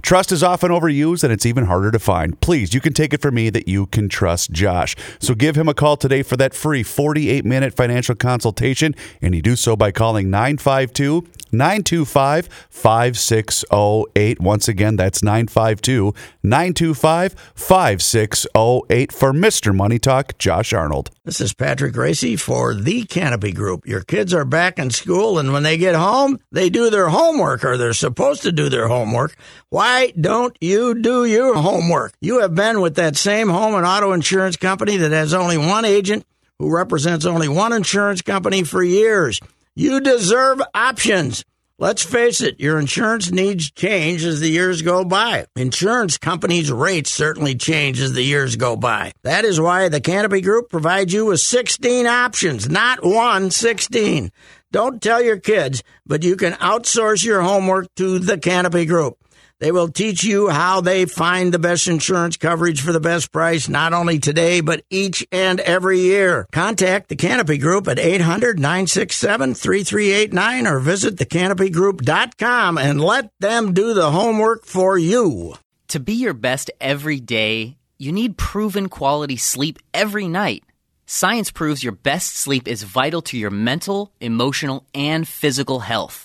A: Trust is often overused and it's even harder to find. Please, you can take it from me that you can trust Josh. So give him a call today for that free 48 minute financial consultation, and you do so by calling 952 925 5608. Once again, that's 952 925 5608 for Mr. Money Talk, Josh Arnold.
C: This is Patrick Racy for The Canopy Group. Your kids are back in school, and when they get home, they do their homework, or they're supposed to do their homework. Why don't you do your homework? You have been with that same home and auto insurance company that has only one agent who represents only one insurance company for years. You deserve options. Let's face it, your insurance needs change as the years go by. Insurance companies' rates certainly change as the years go by. That is why the Canopy Group provides you with 16 options, not one, 16. Don't tell your kids, but you can outsource your homework to the Canopy Group. They will teach you how they find the best insurance coverage for the best price, not only today, but each and every year. Contact the Canopy Group at 800 967 3389 or visit thecanopygroup.com and let them do the homework for you.
H: To be your best every day, you need proven quality sleep every night. Science proves your best sleep is vital to your mental, emotional, and physical health.